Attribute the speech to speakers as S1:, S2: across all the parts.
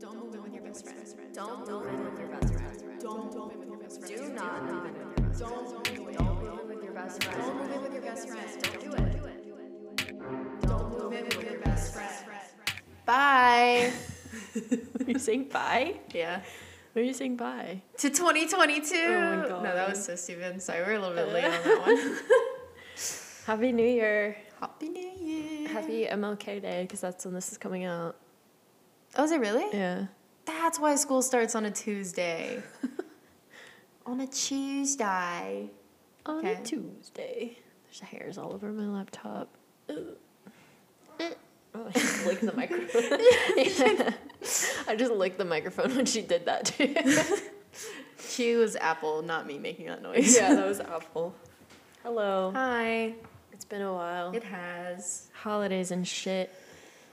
S1: Don't live with your best friend.
S2: Don't live with your best friend.
S1: Don't live with your best friend.
S2: Do not live with your best friend.
S1: Don't do it.
S2: Don't live with your best
S1: Don't
S2: friend.
S1: live with your best friend.
S2: Do it. Don't live
S1: Live with your best friend.
S3: Bye.
S4: Are you saying bye?
S3: yeah.
S4: What are you saying bye?
S3: To 2022.
S4: Oh my
S3: No, that
S4: God.
S3: was so stupid. Sorry, we're a little bit late on that one.
S4: Happy New Year.
S3: Happy New Year.
S4: Happy MLK Day because that's when this is coming out.
S3: Oh, is it really?
S4: Yeah.
S3: That's why school starts on a Tuesday. on a Tuesday.
S4: On
S3: Okay.
S4: a Tuesday. There's hairs all over my laptop. Ugh. Oh, I just licked the microphone. I just licked the microphone when she did that too.
S3: She was Apple, not me making that noise.
S4: yeah, that was awful. Hello.
S3: Hi.
S4: It's been a while.
S3: It has.
S4: Holidays and shit.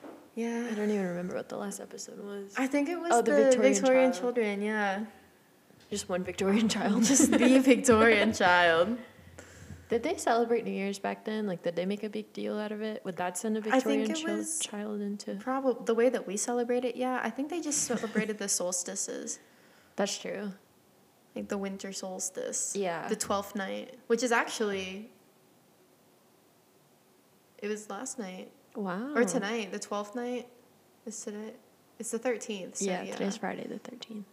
S4: I
S3: Yeah.
S4: don't even remember what the last episode was.
S3: I think it was
S4: Oh,
S3: the,
S4: the
S3: Victorian,
S4: Victorian child.
S3: children, yeah.
S4: Just one Victorian child.
S3: Just the Victorian child.
S4: Did they celebrate New Year's back then? Like, did they make a big deal out of it? Would that send a
S3: I think
S4: Victorian
S3: it
S4: chil-
S3: was-
S4: child into?
S3: Probably the way that we celebrate it, yeah. I think they just celebrated the solstices,
S4: That's true.
S3: like the winter solstice.
S4: Yeah.
S3: The 12th night, which is actually. It was last night.
S4: Wow.
S3: Or tonight. The 12th night is today. It's the 13th. So
S4: yeah,
S3: yeah.
S4: today's Friday the thirteenth.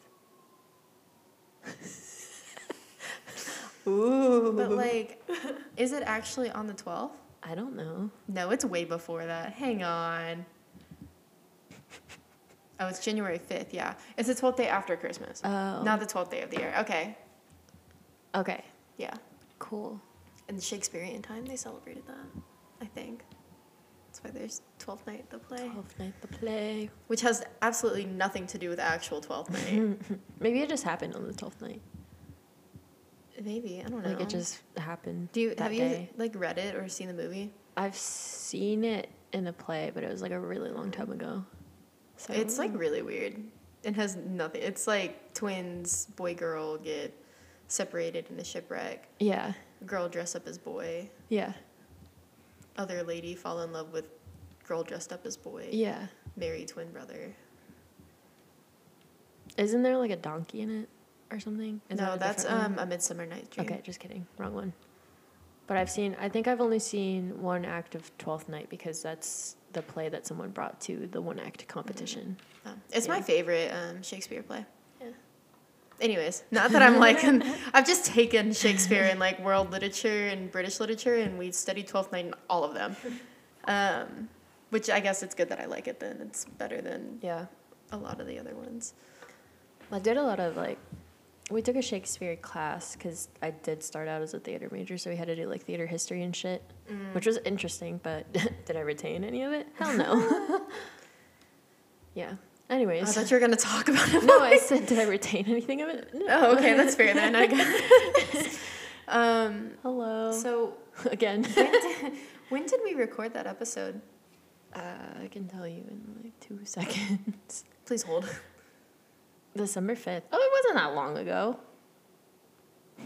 S3: But like, is it actually on the 12th?
S4: I don't know.
S3: No, it's way before that. Hang on. Oh, it's January 5th, yeah. It's the 12th day after Christmas.
S4: Oh.
S3: Not the 12th day of the year. Okay.
S4: Okay.
S3: Yeah.
S4: Cool.
S3: In Shakespearean time, they celebrated that, I think. That's why there's 12th night, the play.
S4: Twelfth night the play.
S3: Which has absolutely nothing to do with actual 12th night.
S4: Maybe it just happened on the twelfth night.
S3: Maybe. I don't know.
S4: Like it just happened.
S3: Do you
S4: that
S3: have you
S4: day.
S3: like read it or seen the movie?
S4: I've seen it in a play, but it was like a really long time ago. So I
S3: It's
S4: don't
S3: like really weird. It has nothing. It's like twins, boy girl get separated in a shipwreck.
S4: know. yeah,
S3: Girl dress up as boy.
S4: yeah,
S3: Other lady fall in love with girl dressed up as boy.
S4: yeah.
S3: Marry twin brother.
S4: Isn't there like a donkey in it or something? Is
S3: no,
S4: that a
S3: that's
S4: different
S3: um
S4: one?
S3: a Midsummer Night's Dream.
S4: Okay, just kidding. Wrong one. But I've seen. I think I've only seen one act of Twelfth Night because that's the play that someone brought to the one act competition.
S3: Oh, it's my
S4: Yeah.
S3: favorite um, Shakespeare play.
S4: Yeah.
S3: Anyways, not that I'm like, I've just taken Shakespeare and like world literature and British literature, and we studied Twelfth Night and all of them. Um, which I guess it's good that I like it then. It's better than
S4: Yeah,
S3: a lot of the other ones.
S4: I did a lot of like. We took a Shakespeare class because I did start out as a theater major, so we had to do like theater history and shit,
S3: Mm.
S4: which was interesting. But did I retain any of it? Hell no. yeah.
S3: I
S4: Anyways,
S3: thought you were gonna talk about it.
S4: no, I said, did I retain anything of it? No.
S3: Oh, okay, that's fair then. I got it. um,
S4: Hello.
S3: so
S4: again.
S3: when did, when did we record that episode?
S4: Uh, I can tell you in like two seconds.
S3: Please hold.
S4: December 5th. Oh, it wasn't that long ago.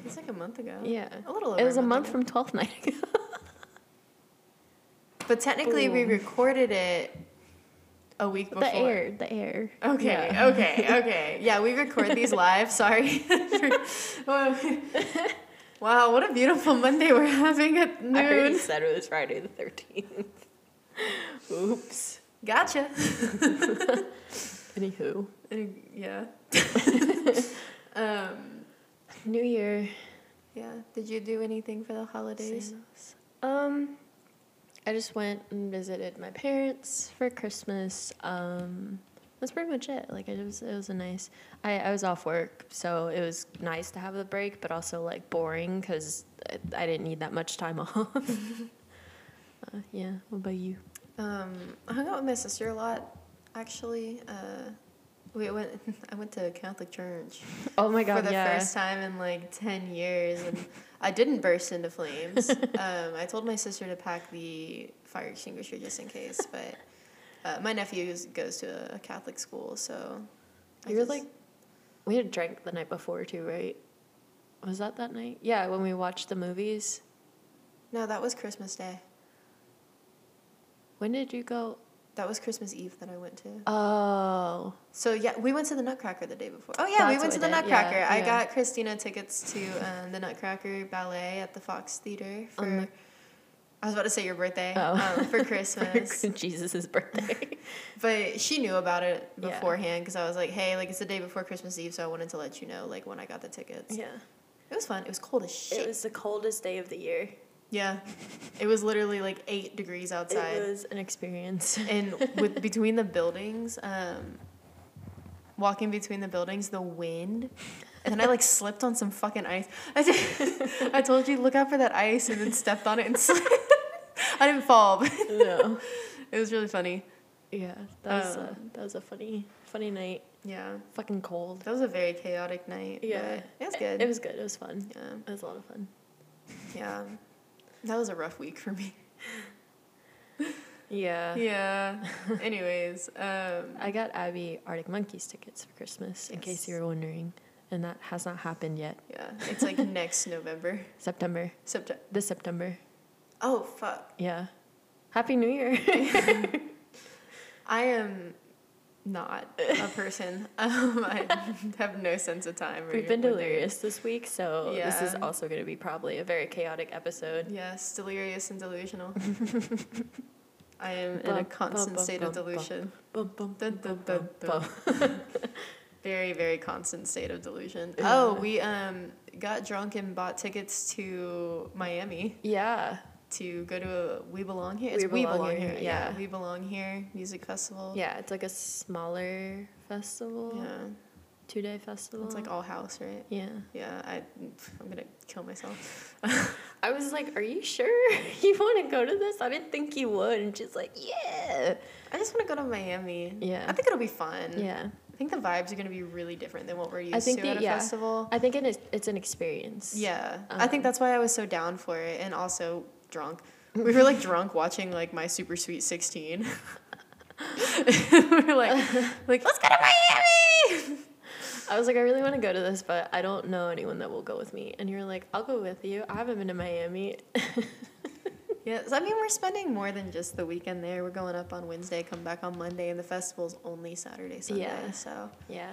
S3: It's like a month ago.
S4: Yeah.
S3: a little. Over
S4: It was a month
S3: ago.
S4: from 12th night ago.
S3: But technically, we
S4: Boom.
S3: recorded it a week before.
S4: the air. The air.
S3: Okay,
S4: Yeah.
S3: okay, okay. Yeah, we record these live. Sorry. wow, what a beautiful Monday we're having at
S4: I already
S3: noon.
S4: said it was Friday the 13th. Oops.
S3: Gotcha.
S4: Anywho.
S3: Uh, yeah. um,
S4: New Year.
S3: yeah. Did you do anything for the holidays?
S4: Um, I just went and visited my parents for Christmas. Um, that's pretty much it. Like it was, it was a nice. I I was off work, so it was nice to have the break, but also like boring because I, I didn't need that much time off. uh, yeah. What about you?
S3: Um, I hung out with my sister a lot, actually. Uh, we went. I went to Catholic church.
S4: Oh my god!
S3: for the
S4: yeah.
S3: first time in like 10 years and i didn't burst into flames um, i told my sister to pack the fire extinguisher just in case but uh, my nephew is- goes to a catholic school so I
S4: You were
S3: just-
S4: like, we had drank the night before too, right? Was that that night? Yeah, when we watched the movies.
S3: no that was christmas day
S4: When did you go?
S3: That was Christmas Eve that I went to.
S4: Oh,
S3: So yeah, we went to the Nutcracker the day before. Oh yeah, we went
S4: That's what
S3: to the
S4: I did. Yeah,
S3: Nutcracker. I
S4: yeah.
S3: got Christina tickets to um, the Nutcracker ballet at the Fox Theater for.
S4: On the-
S3: I was about to say your birthday
S4: Oh.
S3: um, for
S4: for
S3: Christmas,
S4: Jesus' birthday.
S3: but she knew about it
S4: Yeah.
S3: beforehand because I was like, "Hey, like it's the day before Christmas Eve, so I wanted to let you know like when I got the tickets."
S4: yeah.
S3: It was fun. It was cold as shit.
S4: It was the coldest day of the year.
S3: yeah, it was literally like eight degrees outside.
S4: It was an experience.
S3: and with between the buildings, um, walking between the buildings, the wind, and then I like slipped on some fucking ice. I, t- I told you look out for that ice, and then stepped on it and slipped. I didn't fall, but
S4: no.
S3: it was really funny.
S4: Yeah, that was a,
S3: Um,
S4: that was a funny funny night.
S3: Yeah,
S4: Fucking cold.
S3: that was a very chaotic night. but
S4: Yeah,
S3: it was
S4: It,
S3: good.
S4: was good. It was fun.
S3: yeah,
S4: It was a lot of fun.
S3: yeah, that was a rough week for me.
S4: Yeah.
S3: Yeah. Anyways, um,
S4: I got Abby Arctic Monkeys tickets for Christmas, in case you
S3: Yes.
S4: were wondering, and that has not happened yet.
S3: yeah, it's like next November,
S4: September,
S3: September.
S4: this September.
S3: Oh fuck.
S4: Yeah. Happy New Year.
S3: I am not a person. um, I have no sense of time. or
S4: We've been
S3: or date.
S4: delirious this week, so this is
S3: Yeah.
S4: also going to be probably a very chaotic episode.
S3: Yes, delirious and delusional. I am in a
S4: Bum,
S3: constant
S4: bum,
S3: state of
S4: bum, bum, bum.
S3: delusion.
S4: Bum, bum,
S3: Dun, dun, dun,
S4: bum.
S3: Very, very constant state of delusion.
S4: Yeah.
S3: Oh, we um got drunk and bought tickets to Miami
S4: Yeah.
S3: to go to a We Belong Here.
S4: We Belong Here,
S3: Yeah.
S4: yeah.
S3: We Belong Here music festival.
S4: Yeah, it's like a smaller festival,
S3: Yeah.
S4: two day festival.
S3: It's like all house, right?
S4: yeah.
S3: Yeah, I, I'm gonna kill myself.
S4: I was like, "Are you sure you want to go to this?" I didn't think you would, and she's like, "Yeah,
S3: I just want to go to Miami.
S4: Yeah.
S3: I think it'll be fun.
S4: yeah."
S3: I think the vibes are going to be really different than what we're used
S4: think
S3: to
S4: the-
S3: at a
S4: yeah.
S3: festival.
S4: I think it is, it's an experience.
S3: yeah. I think
S4: Um,
S3: that's why I was so down for it and also drunk. We were like drunk watching like my super sweet 16. we were like like let's go to Miami.
S4: I was like, I really want to go to this, but I don't know anyone that will go with me. And you're like, I'll go with you. I haven't been to Miami.
S3: Yes, I mean we're spending more than just the weekend there. We're going up on Wednesday, come back on Monday and the festival's only Saturday Sunday.
S4: Yeah.
S3: So,
S4: yeah,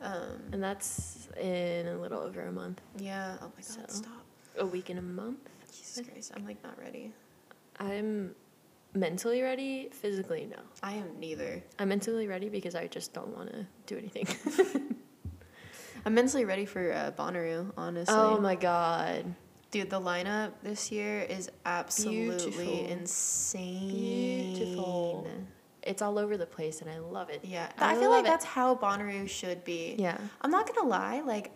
S3: um
S4: and that's in a little over a month,
S3: yeah, oh my god,
S4: So-
S3: stop.
S4: a week and a month.
S3: Jesus Christ, I'm like not ready.
S4: I'm mentally ready. Physically, no.
S3: I am neither.
S4: I'm mentally ready because I just don't want to do anything.
S3: I'm mentally ready for uh, Bonnaroo, honestly.
S4: oh my god.
S3: Dude, the lineup this year is absolutely
S4: Beautiful.
S3: insane.
S4: Beautiful. It's all over the place, and I love it.
S3: Yeah,
S4: I
S3: I, feel
S4: love
S3: like
S4: it.
S3: that's how Bonnaroo should be.
S4: Yeah.
S3: I'm not gonna lie, like,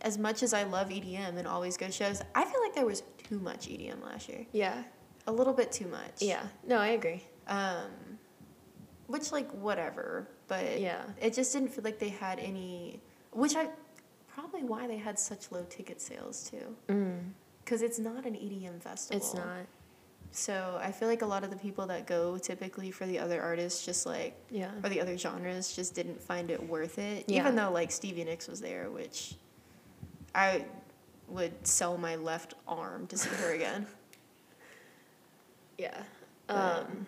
S3: as much as I love EDM and always go to shows, I feel like there was too much EDM last year.
S4: Yeah.
S3: A little bit too much.
S4: Yeah. No, I agree.
S3: Um, which like whatever, but
S4: Yeah.
S3: it just didn't feel like they had any. Which I probably why they had such low ticket sales too,
S4: Mm.
S3: because it's not an EDM festival.
S4: It's not.
S3: So I feel like a lot of the people that go typically for the other artists just like
S4: Yeah.
S3: or the other genres just didn't find it worth it.
S4: Yeah.
S3: Even though like Stevie Nicks was there, which I would sell my left arm to see her again.
S4: Yeah.
S3: But-
S4: Um,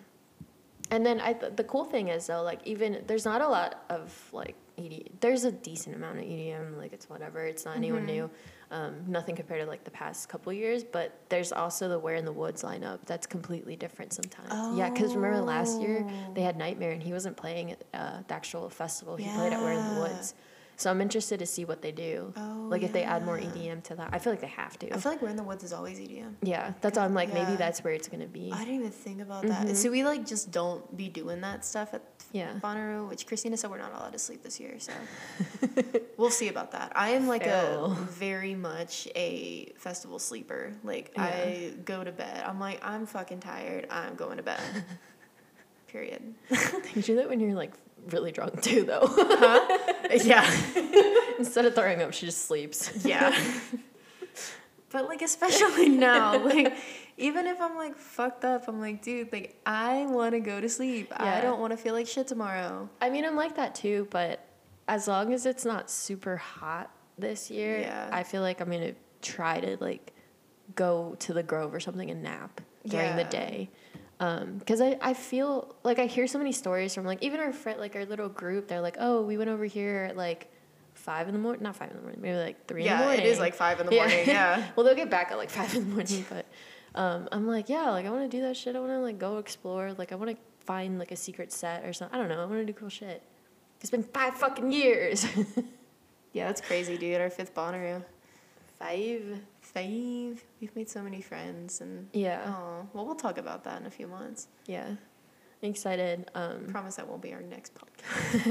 S4: and then I th- the cool thing is though, like even there's not a lot of like ED. There's a decent amount of EDM. Like it's whatever. It's not anyone
S3: Mhm.
S4: new. Um, nothing compared to like the past couple years. But there's also the Where in the Woods lineup. That's completely different sometimes. Yeah, because remember last year they had Nightmare and he wasn't playing at uh, the actual festival. He played at Where in the
S3: Yeah.
S4: Woods. So I'm interested to see what they do.
S3: Oh,
S4: like if they add more
S3: yeah.
S4: EDM to that, I feel like they have to.
S3: I feel like We're in the Woods is always EDM.
S4: yeah, that's why I'm like maybe
S3: Yeah.
S4: that's where it's gonna be.
S3: I didn't even think about that.
S4: Mhm.
S3: So we like just don't be doing that stuff at
S4: Yeah.
S3: Bonnaroo, which Christina said we're not allowed to sleep this year, so we'll see about that. I am like
S4: Fail.
S3: a very much a festival sleeper. Like I go to bed. I'm like I'm fucking tired. I'm going to bed. Period.
S4: You do that when you're like really drunk too, though.
S3: Yeah.
S4: Instead of throwing up, she just sleeps.
S3: Yeah. but like especially now, like even if I'm like fucked up, I'm like, dude, like I want to go to sleep.
S4: Yeah.
S3: I don't want to feel like shit tomorrow.
S4: I mean, I'm like that too, but as long as it's not super hot this year,
S3: Yeah.
S4: I feel like I'm gonna try to like go to the Grove or something and nap during the
S3: Yeah.
S4: day. because I, I feel like I hear so many stories from like even our friend like our little group they're like oh we went over here at like five in the morning not five in the morning maybe like three in the
S3: yeah,
S4: morning
S3: it is like five in the morning. Yeah.
S4: well, they'll get back at like five in the morning, but um, I'm like, yeah, like I want to do that shit. I want to like go explore. Like I want to find like a secret set or something. I don't know. I want to do cool shit. It's been five fucking years.
S3: Yeah, that's crazy, dude. Our fifth Bonnaroo. Five. Five. We've made so many friends and
S4: yeah,
S3: oh well we'll talk about that in a few months.
S4: yeah. I'm excited. Um,
S3: Promise that won't be our next podcast.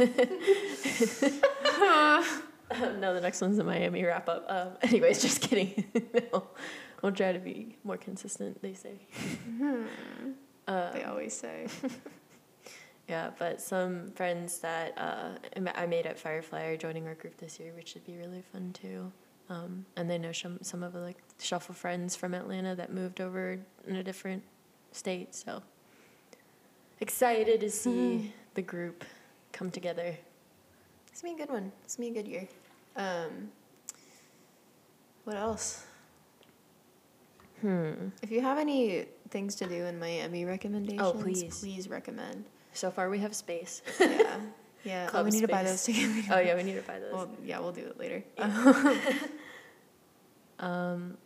S4: no, the next one's the Miami wrap up. Um, anyways, just kidding. no, we'll try to be more consistent. They say. Uh,
S3: They always say.
S4: Yeah, but some friends that uh, I ma- I made at Firefly are joining our group this year, which should be really fun too. Um, and they know some some of the like shuffle friends from Atlanta that moved over in a different state. So excited
S3: Hmm.
S4: to see the group come together.
S3: It's gonna be a good one. It's gonna be a good year. Um, what else?
S4: Hmm.
S3: If you have any things to do in Miami recommendations,
S4: Oh, please.
S3: please recommend.
S4: So far, we have space.
S3: Yeah, yeah. oh,
S4: Club
S3: we need to buy those
S4: space.
S3: tickets.
S4: oh yeah, we need to buy those.
S3: Well, yeah, we'll do it later.
S4: Um,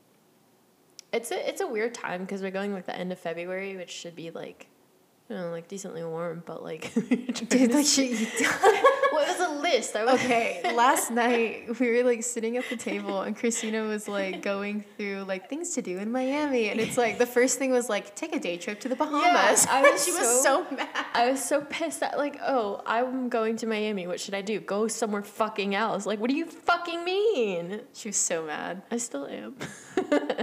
S4: it's a it's a weird time because we're going like the end of February, which should be like, you know, like decently warm, but like. we're trying
S3: Dude,
S4: to
S3: like
S4: see-
S3: she.
S4: well, it was a list. I was
S3: Okay, last night we were like sitting at the table and Christina was like going through like things to do in Miami and it's like the first thing was like take a day trip to the Bahamas.
S4: I was
S3: she
S4: so-
S3: was so mad.
S4: I was so pissed that like, oh, I'm going to Miami. What should I do? Go somewhere fucking else. Like, what do you fucking mean?
S3: She was so mad.
S4: I still am.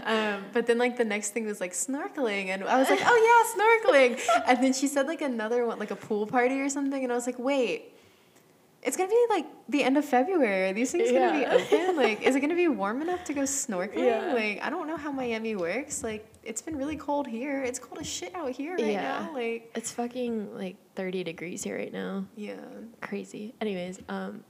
S3: Um, but then like the next thing was like snorkeling, and I was like, oh yeah, snorkeling. And then she said like another one, like a pool party or something, and I was like, wait, it's gonna be like the end of February. Are these things
S4: Yeah.
S3: gonna be open? Like, is it gonna be warm enough to go snorkeling?
S4: Yeah.
S3: Like, I don't know how Miami works. Like, it's been really cold here. It's cold as shit out here right
S4: Yeah.
S3: now. Like,
S4: It's fucking like 30 degrees here right now.
S3: yeah,
S4: Crazy. Anyways, um,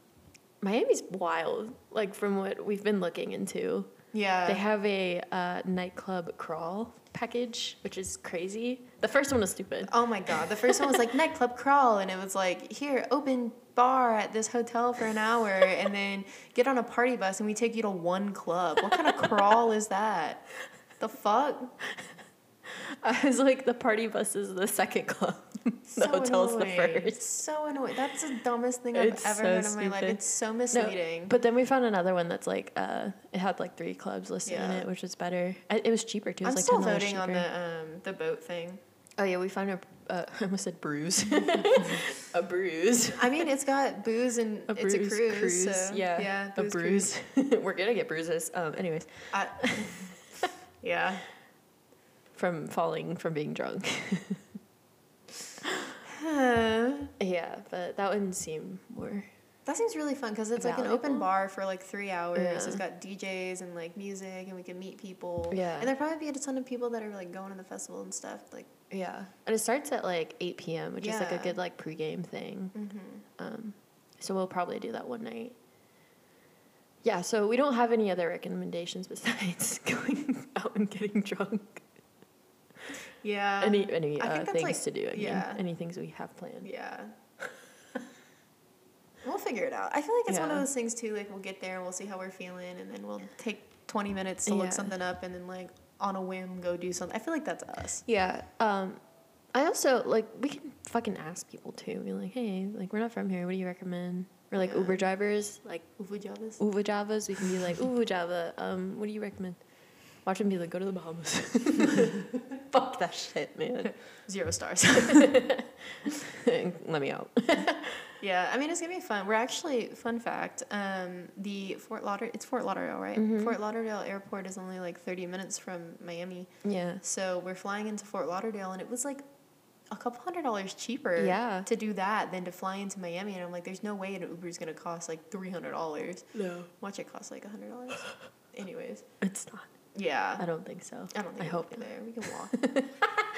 S4: Miami's wild. Like from what we've been looking into,
S3: yeah.
S4: they have a uh, nightclub crawl package, which is crazy. The first one was stupid.
S3: Oh my god. The first one was like nightclub crawl and it was like here, open bar at this hotel for an hour and then get on a party bus and we take you to one club. What kind of crawl is that? The fuck?
S4: I was like, the party bus is the second club. the hotel's
S3: annoying.
S4: the first.
S3: So annoying. That's the dumbest thing I've
S4: It's
S3: ever
S4: so
S3: heard in my life.
S4: stupid.
S3: It's so
S4: No,
S3: misleading.
S4: but then we found another one that's like uh, it had like three clubs listed in
S3: Yeah.
S4: it, which was better. I, it was cheaper too. It
S3: I'm
S4: was like
S3: still
S4: $10
S3: voting on
S4: cheaper.
S3: the um, the boat thing.
S4: Oh yeah, we found a. Uh, I almost said bruise. a bruise.
S3: I mean, it's got booze and
S4: A
S3: it's
S4: bruise.
S3: a cruise. so,
S4: yeah.
S3: yeah
S4: a bruise. We're gonna get bruises. Um. Anyways,
S3: I, yeah.
S4: from falling from being drunk. yeah, but that one seemed more.
S3: That seems really fun because it's like an
S4: Valuable.
S3: open bar for like three hours.
S4: Yeah.
S3: It's got DJs and like music, and we can meet people.
S4: Yeah.
S3: and there probably be a ton of people that are like going to the festival and stuff. Like,
S4: Yeah, and it starts at like eight p.m., which is like a
S3: Yeah.
S4: good like pregame thing. Um, so we'll probably do that one night. Yeah, so we don't have any other recommendations besides going out and getting drunk.
S3: yeah,
S4: any any
S3: I think
S4: uh,
S3: that's,
S4: things
S3: like-
S4: to do. I mean,
S3: yeah.
S4: any things we have planned.
S3: yeah. we'll figure it out. I feel like it's one of
S4: Yeah.
S3: those things too. Like, we'll get there and we'll see how we're feeling, and then we'll take twenty minutes to
S4: Yeah.
S3: look something up, and then like on a whim go do something. I feel like that's us.
S4: Yeah. Um, I also like we can fucking ask people too. Be like, hey, like we're not from here. What do you recommend? Or like
S3: Yeah.
S4: Uber drivers, like
S3: Uvu Javis.
S4: Uva Javas. We can be like Uva Java. Um, what do you recommend? Watch them be like, go to the Bahamas. Fuck that shit, man.
S3: Zero stars.
S4: Let me out.
S3: Yeah, I mean it's gonna be fun. We're actually fun fact. Um, the Fort Lauderdale, it's Fort Lauderdale, right?
S4: Mhm.
S3: Fort Lauderdale Airport is only like thirty minutes from Miami,
S4: Yeah.
S3: so we're flying into Fort Lauderdale, and it was like a couple hundred dollars cheaper
S4: Yeah.
S3: to do that than to fly into Miami. And I'm like, there's no way an Uber is gonna cost like three hundred dollars.
S4: No.
S3: Watch it cost like hundred dollars. Anyways,
S4: It's not. I
S3: yeah,
S4: don't think so.
S3: I don't think
S4: I
S3: we'll
S4: hope
S3: be there. We can walk,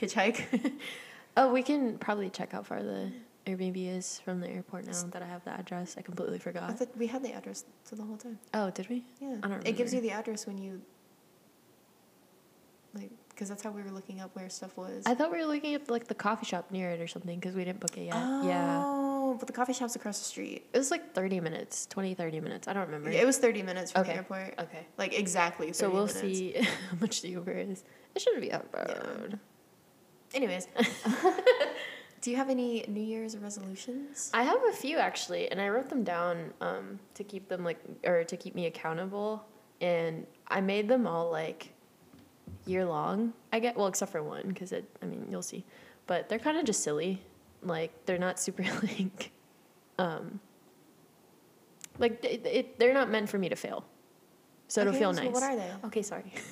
S3: hitchhike.
S4: Oh, we can probably check how far the Airbnb is from the airport now that I have the address. I completely
S3: I
S4: forgot.
S3: thought we had the address to the whole time.
S4: Oh, did we?
S3: Yeah.
S4: I don't
S3: It gives you
S4: remember.
S3: the address when you like because that's how we were looking up where stuff was.
S4: I thought we were looking at like the coffee shop near it or something because we didn't book it yet. Yeah.
S3: Oh, but the coffee shop's across the street.
S4: It was like 30 minutes, 20, 30 minutes. I don't remember.
S3: Yeah, it was 30 minutes from the
S4: Okay.
S3: airport.
S4: okay.
S3: Like exactly. 30
S4: So we'll
S3: minutes.
S4: see how much the Uber is. It shouldn't be that
S3: Yeah.
S4: bad.
S3: Anyways, do you have any New Year's resolutions?
S4: I have a few actually, and I wrote them down um, to keep them like or to keep me accountable. And I made them all like year long. I get well, except for one because it. I mean, you'll see, but they're kind of just silly. Like they're not super like, um, like it, it, they're not meant for me to fail. So it'll
S3: Okay,
S4: feel
S3: so
S4: nice.
S3: What are they?
S4: Okay, sorry.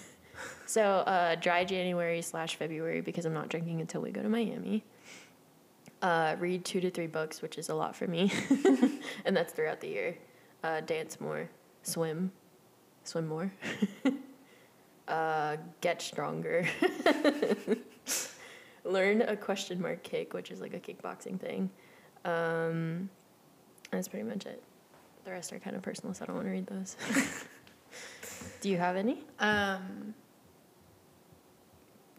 S4: so uh, dry January slash February because I'm not drinking until we go to Miami. Uh, read two to three books, which is a lot for me, and that's throughout the year. Uh, dance more, swim, swim more. uh, get stronger. Learn a question mark kick, which is like a kickboxing thing. Um, that's pretty much it. The rest are kind of personal, so I don't want to read those. Do you have any?
S3: Um,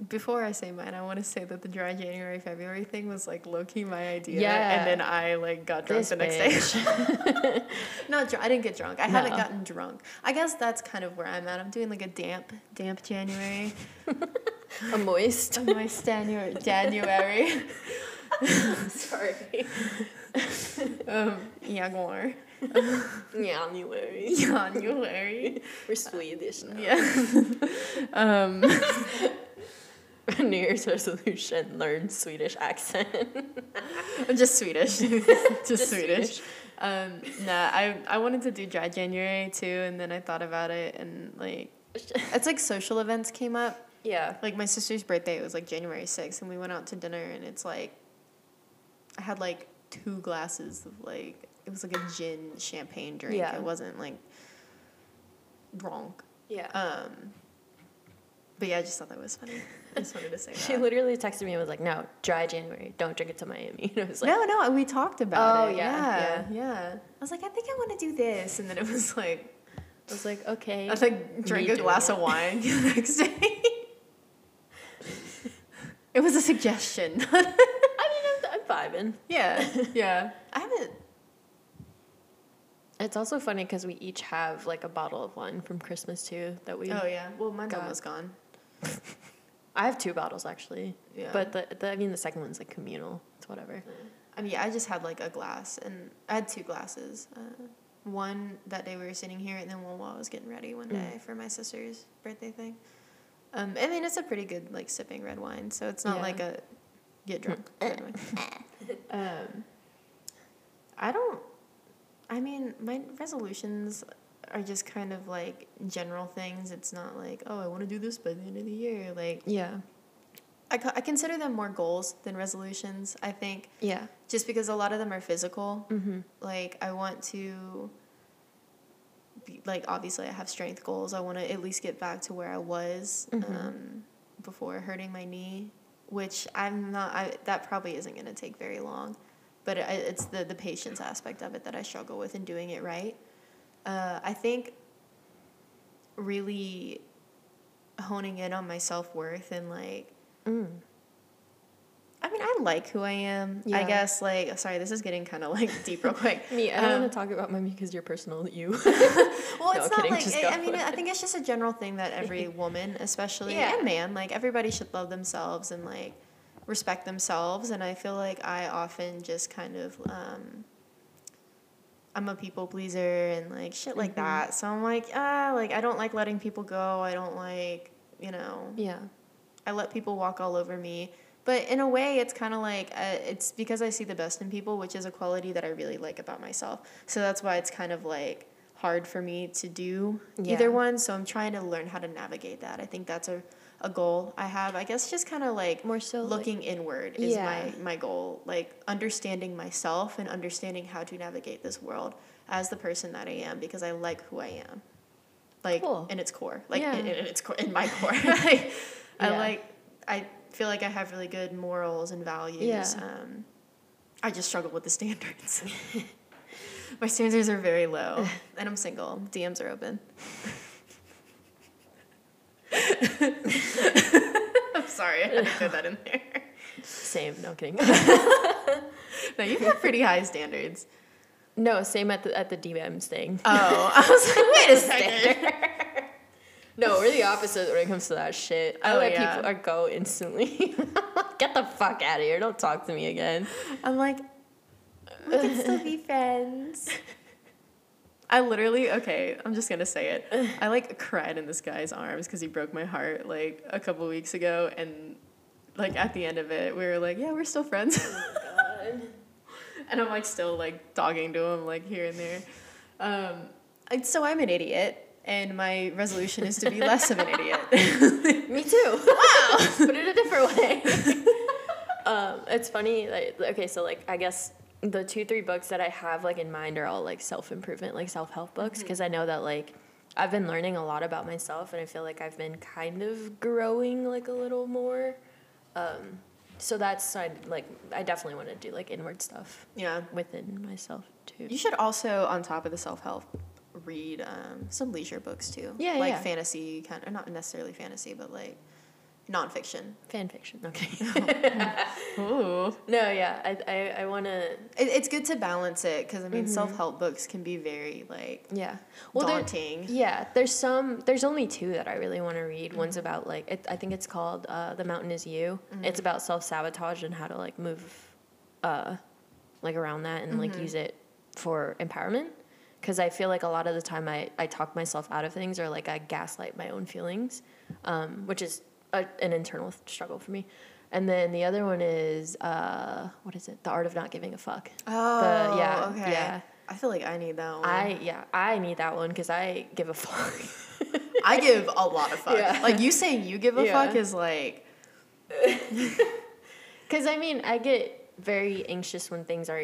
S3: before I say mine, I want to say that the dry January February thing was like low key my idea,
S4: Yeah.
S3: and then I like got drunk
S4: This
S3: the next day. Not dr- I didn't get drunk. I haven't
S4: No.
S3: gotten drunk. I guess that's kind of where I'm at. I'm doing like a damp, damp January,
S4: A moist.
S3: a moist January. January.
S4: Sorry.
S3: um, Januar.
S4: January.
S3: January.
S4: We're Swedish now.
S3: Yeah. um,
S4: New Year's resolution: learn Swedish accent.
S3: I'm just Swedish. just, Swedish.
S4: Swedish.
S3: Um, nah, I I wanted to do dry January too, and then I thought about it, and like it's like social events came up.
S4: Yeah.
S3: Like my sister's birthday was like January sixth, and we went out to dinner, and it's like I had like two glasses of like it was like a gin champagne drink.
S4: Yeah.
S3: It wasn't like wrong.
S4: Yeah.
S3: Um, but yeah, I just thought that was funny. I just wanted to say
S4: she
S3: that.
S4: literally texted me and was like, "No, dry January. Don't drink it till Miami." And I was like,
S3: no, no, we talked about
S4: Oh,
S3: it.
S4: yeah,
S3: yeah, yeah. I was like, I think I want to do this, and then it was like.
S4: I was like, "Okay."
S3: I like drank a
S4: doing
S3: glass
S4: it.
S3: of wine the next day. it was a suggestion.
S4: I mean, I'm, I'm vibing.
S3: yeah, yeah. I haven't.
S4: It's also funny because we each have like a bottle of wine from Christmas too that we.
S3: Oh yeah. Well, mine's
S4: God.
S3: almost gone.
S4: I have two bottles actually,
S3: Yeah.
S4: but the, the I mean the second one's like communal. It's whatever.
S3: I mean, I just had like a glass, and I had two glasses. Uh, one that day we were sitting here, and then one while I was getting ready one
S4: Mm.
S3: day for my sister's birthday thing. Um, I mean, it's a pretty good like sipping red wine, so it's not
S4: Yeah. Mm.
S3: like a get drunk red wine. um, I don't. I mean, my resolutions are just kind of like general things. It's not like oh, I want to do this by the end of the year. Like
S4: Yeah.
S3: I, co- I consider them more goals than resolutions. I think
S4: Yeah.
S3: just because a lot of them are physical
S4: Mm-hmm.
S3: like i want to be, like obviously i have strength goals i want to at least get back to where i was
S4: Mhm.
S3: um, before hurting my knee which i'm not I, that probably isn't going to take very long but I, it's the, the patience aspect of it that i struggle with in doing it right uh, i think really honing in on my self-worth and like
S4: Mm.
S3: I mean, I like who I am. I
S4: Yeah.
S3: guess like sorry, this is getting kind of like deep real quick.
S4: Me, I don't
S3: Um,
S4: want to talk about mine because you're personal. You.
S3: Well,
S4: No,
S3: it's not
S4: kidding,
S3: like
S4: just
S3: I-
S4: go.
S3: I mean, I think it's just a general thing that every woman, especially
S4: Yeah.
S3: and man, like everybody should love themselves and like respect themselves. And I feel like I often just kind of um, I'm a people pleaser and like shit like
S4: Mhm.
S3: that. So I'm like ah, like I don't like letting people go. I don't like you know
S4: yeah.
S3: I let people walk all over me. But in a way, it's kind of like uh, it's because I see the best in people, which is a quality that I really like about myself. So that's why it's kind of like hard for me to do
S4: Yeah.
S3: either one. So I'm trying to learn how to navigate that. I think that's a, a goal I have. I guess just kind of like
S4: More so, like-
S3: looking inward is
S4: Yeah.
S3: my, my goal. Like understanding myself and understanding how to navigate this world as the person that I am because I like who I am. Like
S4: Cool.
S3: in its core. Like
S4: Yeah.
S3: in, in its core in my core. Like, I
S4: Yeah.
S3: like I feel like I have really good morals and values.
S4: Yeah.
S3: Um, I just struggle with the standards. My standards are very low, and I'm single. DMs are open. Sorry, I had to throw that in there.
S4: Same. No kidding.
S3: No, you have pretty high standards.
S4: no, same at the at the DMs thing.
S3: Oh, I was like, wait a second.
S4: No, we're the opposite when it comes to that shit. I
S3: Oh,
S4: let
S3: yeah.
S4: people uh, go instantly. Get the fuck out of here. Don't talk to me again.
S3: I'm like,
S4: We can still be friends.
S3: I literally okay. I'm just gonna say it. I like cried in this guy's arms because he broke my heart like a couple weeks ago, and like at the end of it, we were like, yeah, we're still friends. and I'm like still like talking to him like here and there. Um, and so I'm an idiot, and my resolution is to be less of an idiot.
S4: Me too. Wow. Put it a different way. um, it's funny. Like, okay, so like I guess the two three books that I have like in mind are all like self improvement, like self help books, because I know that like I've been learning a lot about myself, and I feel like I've been kind of growing like a little more. Um, so that's I like I definitely want to do like inward stuff
S3: yeah,
S4: within myself too.
S3: you should also on top of the self help read um, some leisure books too.
S4: Yeah,
S3: like
S4: yeah.
S3: fantasy kind of not necessarily fantasy, but like nonfiction.
S4: Fan fiction. Okay.
S3: Ooh.
S4: no, yeah, I I, I want to.
S3: It, it's good to balance it because I mean, self help books can be very like
S4: Yeah. Mm-hmm. Well, there-
S3: daunting.
S4: Yeah, there's some. There's only two that I really want to read. One's about like it, I think it's called uh, "The Mountain Is You." It's about self sabotage and how to like move, uh, like around that and like use it for empowerment. Because I feel like a lot of the time I I talk myself out of things or like I gaslight my own feelings, um, which is a, an internal struggle for me. And then the other one is uh, what is it? The art of not giving a fuck.
S3: Oh,
S4: yeah,
S3: okay.
S4: yeah.
S3: I feel like I need that one. I,
S4: I yeah I need that one because I give a fuck.
S3: give a lot of fuck.
S4: Yeah.
S3: Like you saying you give a
S4: Yeah.
S3: fuck is like
S4: Because I mean, I get very anxious when things are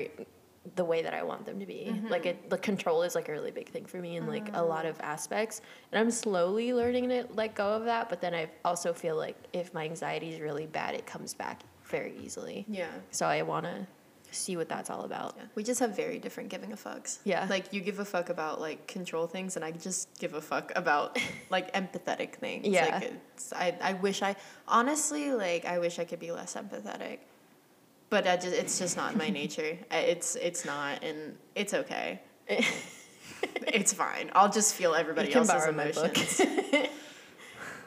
S4: the way that I want them to be. Like, it, like control is like a really big thing for me in like a lot of aspects, and I'm slowly learning to let go of that. But then I also feel like if my anxiety is really bad, it comes back very easily.
S3: yeah.
S4: So I want to see what that's all about.
S3: We just have very different giving a fucks.
S4: Yeah.
S3: Like you give a fuck about like control things, and I just give a fuck about like empathetic things.
S4: Yeah.
S3: Like, it's, I I wish I honestly like I wish I could be less empathetic, but I just it's just not my nature. I- It's it's not, and it's okay. it's fine. I'll just feel everybody
S4: You can
S3: else's
S4: borrow my book.
S3: emotions.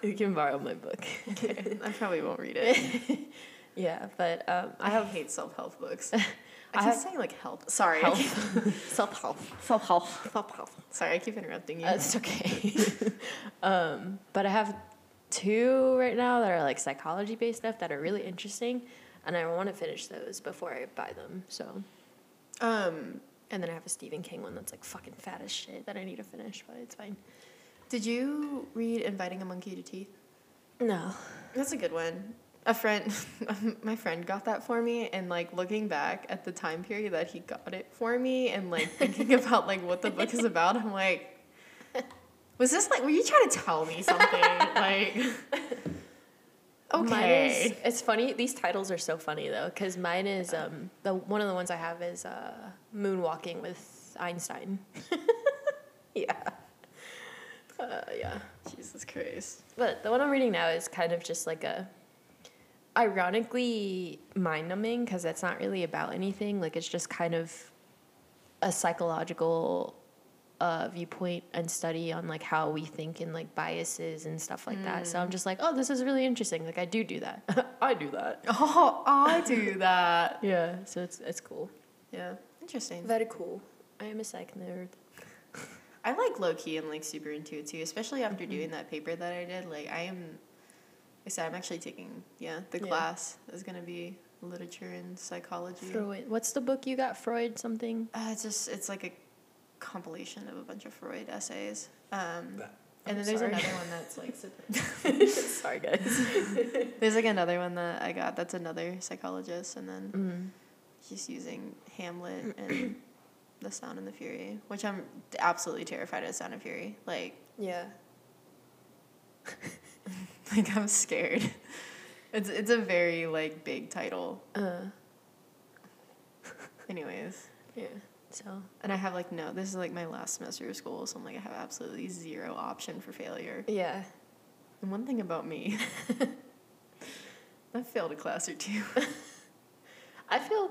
S4: You can borrow my book.
S3: I probably won't read it.
S4: yeah, but um,
S3: I
S4: I have
S3: hate self help books. I keep
S4: I have-
S3: saying like help. Sorry. I
S4: Help.
S3: keep-
S4: self help. Self help. Self help.
S3: Sorry, I keep interrupting you.
S4: Uh, It's okay. um, but I have two right now that are like psychology based stuff that are really interesting, and I want to finish those before I buy them. So,
S3: um.
S4: and then I have a Stephen King one that's like fucking fat as shit that I need to finish, but it's fine.
S3: Did you read Inviting a Monkey to Tea?
S4: No,
S3: That's a good one. A friend, my friend got that for me, and like looking back at the time period that he got it for me, and like thinking about like what the book is about, I'm like, was this like were you trying to tell me something? like, okay,
S4: Mine is, it's funny. These titles are so funny though, because mine is um the one of the ones I have is uh, moonwalking with Einstein. yeah. Uh, yeah.
S3: Jesus Christ.
S4: But the one I'm reading now is kind of just like a ironically mind numbing because that's not really about anything. Like it's just kind of a psychological uh, viewpoint and study on like how we think and like biases and stuff like that. So I'm just like, oh, this is really interesting. Like I do do that. I do that.
S3: Oh, I do that.
S4: Yeah. So it's it's cool.
S3: Yeah, interesting.
S4: Very cool. I am a psych nerd.
S3: I like low key and like super into it too, especially after doing that paper that I did. Like I am, I said I'm actually taking yeah the
S4: Yeah.
S3: class is gonna be literature and psychology.
S4: Freud. What's the book you got? Freud something.
S3: Uh, it's just it's like a compilation of a bunch of Freud essays. Um, and then there's
S4: sorry.
S3: another one that's like
S4: Sorry guys.
S3: there's like another one that I got that's another psychologist, and then
S4: Mm.
S3: he's using Hamlet and The Sound and the Fury, which I'm absolutely terrified of Sound and Fury. Like
S4: Yeah.
S3: Like I'm scared. It's it's a very like big title.
S4: Uh,
S3: Anyways.
S4: yeah. So
S3: And I have like no, this is like my last semester of school, so I'm like I have absolutely zero option for failure.
S4: yeah.
S3: And one thing about me I failed a class or two.
S4: I feel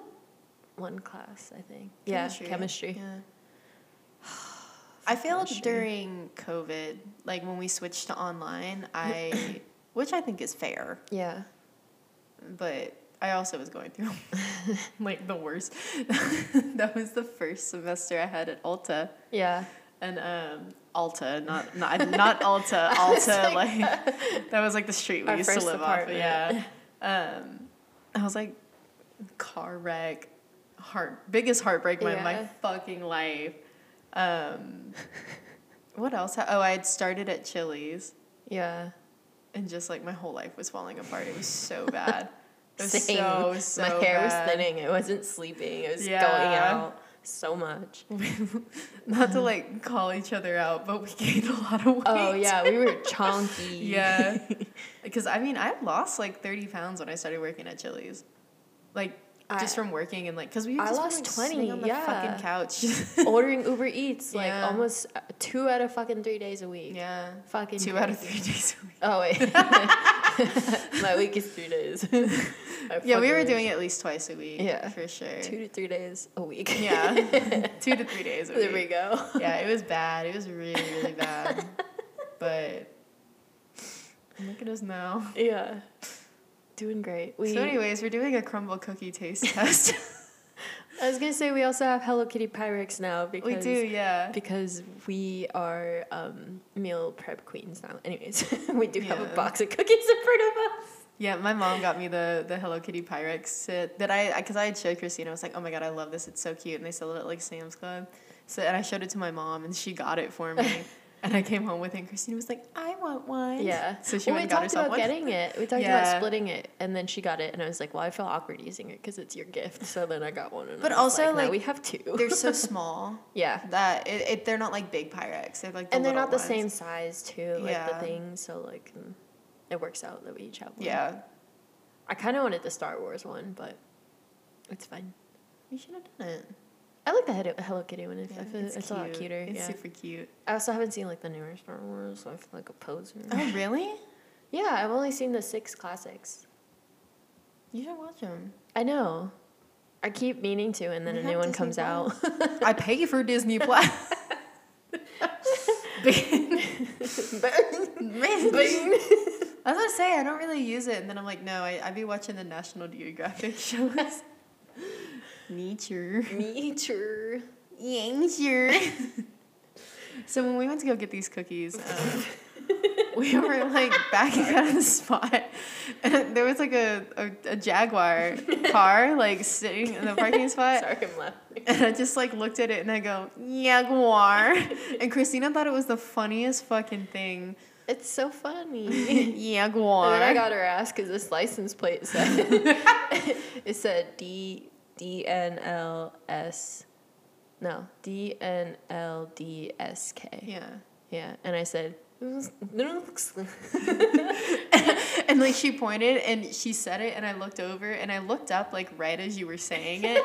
S4: one class, I think.
S3: Chemistry,
S4: Yeah,
S3: right?
S4: chemistry.
S3: Yeah. I failed
S4: Chemistry.
S3: during COVID, like when we switched to online. I, which I think is fair,
S4: Yeah.
S3: but I also was going through like the worst. that was the first semester I had at Alta,
S4: Yeah.
S3: and um, Alta, not not not Alta, Alta. like that was like the street we
S4: Our
S3: used to
S4: first
S3: live
S4: apartment.
S3: off. of, Yeah. Um, I was like, car wreck, heart biggest heartbreak my my
S4: Yeah.
S3: fucking life. Um, what else? ha- Oh, I had started at Chili's,
S4: Yeah.
S3: and just like my whole life was falling apart. It was so bad. It was
S4: Same.
S3: so so
S4: My hair
S3: bad.
S4: was thinning. It wasn't sleeping. It was going
S3: Yeah.
S4: out so much.
S3: Not to like call each other out, but we gained a lot of weight.
S4: Oh yeah, we were chunky.
S3: Yeah. Because I mean, I lost like 30 pounds when I started working at Chili's. Like, just
S4: I-
S3: from working and like, because we
S4: I
S3: just were,
S4: lost
S3: like, sitting
S4: 20,
S3: on the
S4: yeah.
S3: fucking couch.
S4: Ordering Uber Eats like
S3: Yeah.
S4: almost uh, two out of fucking three days a week.
S3: yeah.
S4: Fucking
S3: Two out of
S4: crazy.
S3: three days a week.
S4: Oh wait. My week is three days.
S3: Yeah, we were doing it at least twice a week.
S4: Yeah.
S3: For sure.
S4: two to three days a week.
S3: yeah. Two to three days a
S4: there we
S3: week.
S4: go.
S3: Yeah, it was bad. It was really, really bad. but look at us now.
S4: Yeah. Doing great. We,
S3: so, anyways, we're doing a crumble cookie taste test.
S4: I was gonna say we also have Hello Kitty Pyrex now because
S3: we do, yeah.
S4: because we are um, meal prep queens now. Anyways, we do have
S3: Yeah.
S4: a box of cookies in front of us.
S3: Yeah, my mom got me the the Hello Kitty Pyrex set that I because I had showed Christina. I was like, oh my god, I love this. It's so cute, and they sell it at like Sam's Club. So and I showed it to my mom, and she got it for me. and I came home with it. and Christina was like, I want one.
S4: Yeah.
S3: So she
S4: well,
S3: went and
S4: we
S3: got
S4: talked
S3: herself one.
S4: about getting it. We talked
S3: Yeah.
S4: about splitting it, and then she got it, and I was like, "Well, I feel awkward using it because it's your gift." So then I got one, and I
S3: But
S4: was
S3: also,
S4: "Now
S3: like,
S4: we have two.
S3: they're so small
S4: Yeah,
S3: that it, it they're not like big Pyrex. They're like the
S4: and they're
S3: little
S4: not the
S3: ones.
S4: same size too, like
S3: Yeah.
S4: the thing. So like, mm, it works out that we each have one.
S3: Yeah,
S4: I kind of wanted the Star Wars one, but it's fine.
S3: you should have done it.
S4: I like the Hello- Hello Kitty one. If I feel it's,
S3: it's
S4: a lot cuter.
S3: It's
S4: yeah.
S3: super cute.
S4: I also haven't seen like the newer Star Wars, so I feel like a poser.
S3: Oh really?
S4: yeah, I've only seen the six classics.
S3: You should watch them.
S4: I know. I keep meaning to, and then
S3: We
S4: a new
S3: have
S4: one
S3: Disney
S4: comes out.
S3: I pay for Disney Plus. Bing. I was gonna say I don't really use it, and then I'm like, no, I I be watching the National Geographic shows. Nature.
S4: Nature.
S3: Nature. so when we went to go get these cookies, um, we were like backing out of the spot, and there was like a a, a Jaguar car like sitting in the parking spot,
S4: Sorry, I'm laughing.
S3: and I just like looked at it and I go, Jaguar. and Christina thought it was the funniest fucking thing.
S4: It's so funny. and
S3: Jaguar.
S4: then I got her ass because this license plate said it said D D N L S, no D N L D S K.
S3: yeah.
S4: Yeah, and I said, "It's
S3: And like she pointed and she said it and I looked over and I looked up like right as you were saying it.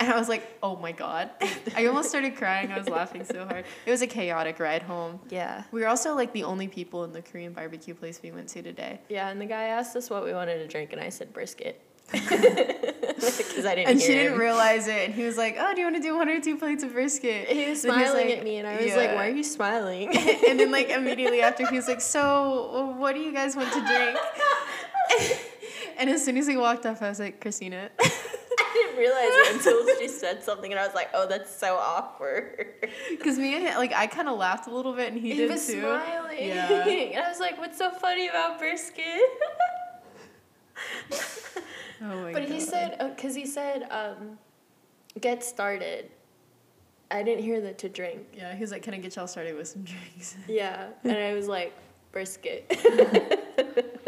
S3: and I was like, oh my God. I almost started crying. I was laughing so hard. It was a chaotic ride home.
S4: Yeah.
S3: We were also like the only people in the Korean barbecue place we went to today.
S4: Yeah, and the guy asked us what we wanted to drink, and I said brisket. Because I didn't
S3: And
S4: hear
S3: she didn't
S4: him.
S3: realize it. And he was like, oh, do you want to do one or two plates of brisket?
S4: He was
S3: Then
S4: smiling
S3: like-
S4: at me, and I was like,
S3: Yeah.
S4: why are you smiling?
S3: and then like immediately after he was like so what do you guys want to drink and as soon as he walked off i was like christina
S4: I didn't realize it until she said something, and I was like, oh, that's so awkward.
S3: because me and him, like i kind of laughed a little bit and he,
S4: He
S3: did
S4: was
S3: too
S4: smiling.
S3: Yeah.
S4: and I was like, what's so funny about brisket?
S3: oh my
S4: but he said, because he said, um, get started. I didn't hear that to drink.
S3: yeah he was like can i get y'all started with some drinks
S4: Yeah, and I was like, brisket.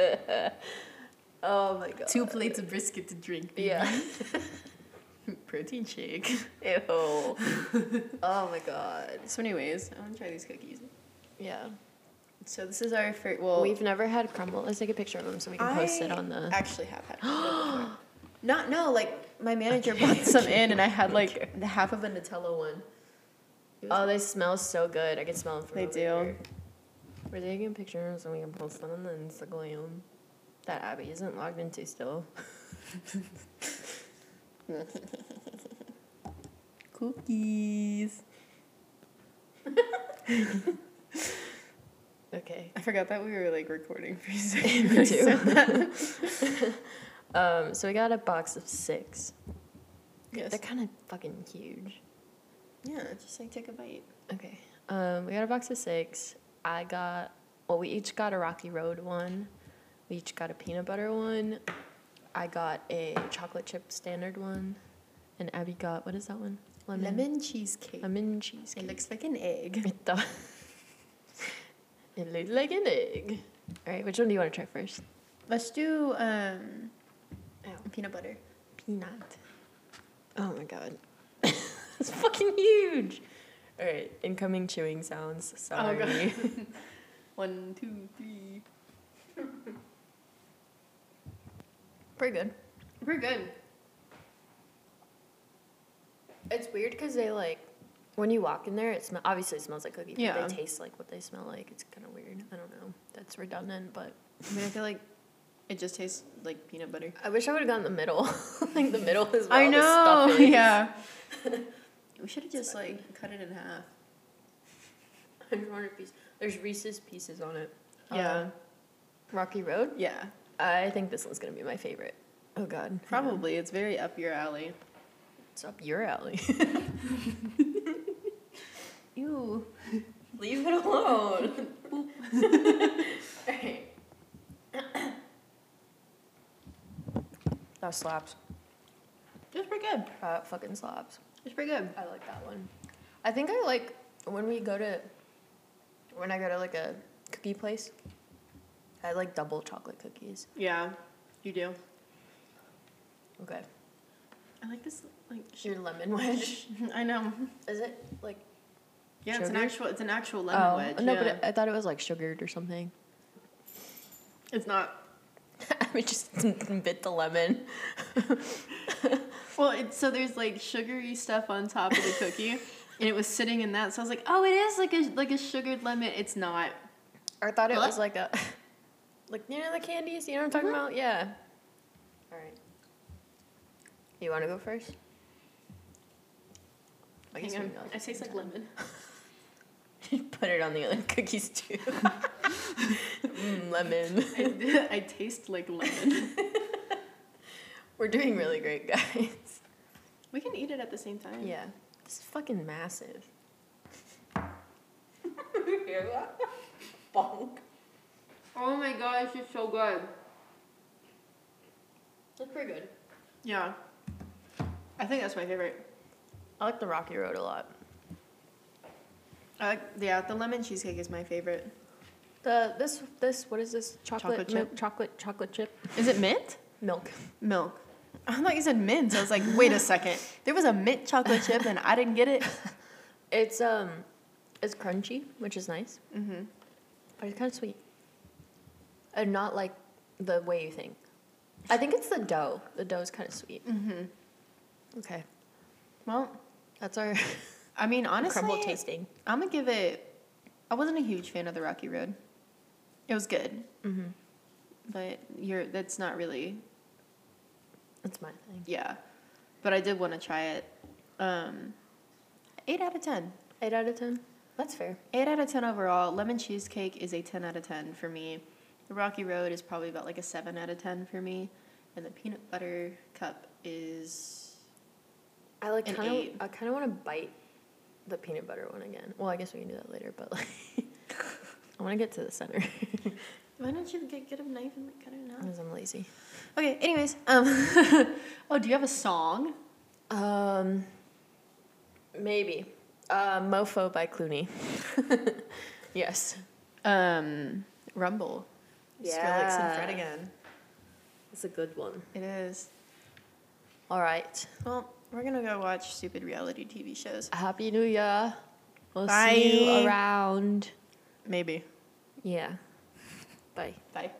S4: oh my god.
S3: two plates of brisket to drink
S4: Yeah.
S3: protein shake
S4: Ew. oh my god.
S3: so anyways i'm gonna try these cookies
S4: Yeah.
S3: so this is our first well
S4: We've never had crumble. Let's take a picture of them so we can post it
S3: I
S4: on the.
S3: actually have had Nutella before. Not no, like my manager brought some in and I had like the half of a Nutella one.
S4: Oh, they smell so good. I can smell them from
S3: They
S4: over
S3: do.
S4: here. We're taking pictures and we can post them on the Instagram. that Abby isn't logged into still. Cookies. okay.
S3: I forgot that we were like recording for a second.
S4: Me too. um, so we got a box of six.
S3: yes.
S4: They're kind of fucking huge.
S3: Yeah, just like take a bite.
S4: Okay. Um, we got a box of six. I got, well, we each got a Rocky Road one. We each got a peanut butter one. I got a chocolate chip standard one. And Abby got, what is that one?
S3: Lemon cheesecake.
S4: Lemon cheesecake.
S3: It looks like an egg.
S4: It does. it looks like an egg. All right, which one do you want to try first?
S3: Let's do um,
S4: Oh,
S3: peanut butter.
S4: peanut. Oh my god. it's fucking huge. All right, incoming chewing sounds.
S3: Oh,
S4: Sorry.
S3: God. One, two, three.
S4: Pretty good.
S3: We're good.
S4: It's weird because they like when you walk in there, it sm- obviously it smells like cookie,
S3: Yeah.
S4: but they taste like what they smell like. It's kind of weird. I don't know. That's redundant, but
S3: I mean, I feel like it just tastes like peanut butter.
S4: I wish I would have gotten the middle. like the middle is. Where
S3: I
S4: all the
S3: know.
S4: stuff is.
S3: Yeah. we should have just like cut it in half.
S4: I wanted a piece- There's Reese's pieces on it.
S3: Yeah.
S4: Uh, Rocky Road.
S3: Yeah,
S4: I think this one's gonna be my favorite. Oh God.
S3: probably. It's very up your alley.
S4: It's up your alley.
S3: Ew.
S4: Leave it alone. Alright. that slaps.
S3: It's pretty good.
S4: That Uh, fucking slaps.
S3: It's pretty good.
S4: I like that one. I think I like when we go to when I go to like a cookie place. I like double chocolate cookies.
S3: Yeah, you do.
S4: Okay.
S3: I like this. Like
S4: Your lemon wedge.
S3: I know.
S4: Is it like
S3: Yeah, it's an
S4: Sugar?
S3: actual. It's an actual lemon
S4: oh,
S3: wedge.
S4: No,
S3: yeah.
S4: but it, I thought it was like sugared or something.
S3: it's not.
S4: I just bit the lemon.
S3: Well, it's so there's like sugary stuff on top of the cookie, and it was sitting in that. So I was like, oh, it is like a like a sugared lemon. It's not.
S4: I thought it
S3: Huh?
S4: was like a, like you know the candies. You know what I'm talking
S3: Uh-huh.
S4: about? Yeah. All right. You want to go first? I guess
S3: Hang on.
S4: we
S3: It tastes like lemon.
S4: Put it on the other cookies too. mm, lemon.
S3: I, I taste like lemon.
S4: We're doing really great, guys.
S3: We can eat it at the same time.
S4: Yeah. This is fucking massive.
S3: Oh my gosh, it's so good.
S4: That's pretty good.
S3: Yeah. I think that's my favorite.
S4: I like the Rocky Road a lot.
S3: I like, yeah, the lemon cheesecake is my favorite.
S4: The this this what is this chocolate
S3: Chocolate
S4: milk-
S3: chip?
S4: chocolate chocolate chip
S3: Is it mint?
S4: milk?
S3: Milk. I thought you said mint. I was like, wait a second. There was a mint chocolate chip and I didn't get it.
S4: It's um, it's crunchy, which is nice,
S3: Mm-hmm.
S4: but it's kind of sweet, and not like the way you think. I think it's the dough. The dough's kind of sweet.
S3: Mm-hmm.
S4: Okay,
S3: Well,
S4: that's our
S3: I mean, honestly,
S4: crumble tasting.
S3: I'm gonna give it. I wasn't a huge fan of the Rocky Road. It was good,
S4: Mm-hmm.
S3: but you're that's not really
S4: That's my thing.
S3: yeah. But I did want to try it. Um, eight out of ten.
S4: Eight out of ten. That's fair.
S3: 8 out of 10 overall. Lemon cheesecake is a 10 out of 10 for me. The Rocky Road is probably about like a 7 out of 10 for me. And the peanut butter cup is.
S4: I like
S3: An
S4: kind
S3: eight.
S4: of. I kind of want to bite the peanut butter one again. Well, I guess we can do that later, but like, I want to get to the center
S3: Why don't you get, get a knife and like cut it out?
S4: because I'm lazy.
S3: Okay, anyways. Um, oh, do you have a song?
S4: Um, maybe. Uh, Mofo by Clooney. yes.
S3: Um, Rumble. Skrillex and Fred again.
S4: It's a good one.
S3: It is.
S4: All right.
S3: Well, we're gonna go watch stupid reality TV shows.
S4: Happy New Year. We'll see you
S3: Bye.
S4: around.
S3: Maybe.
S4: Yeah. Bye.
S3: Bye.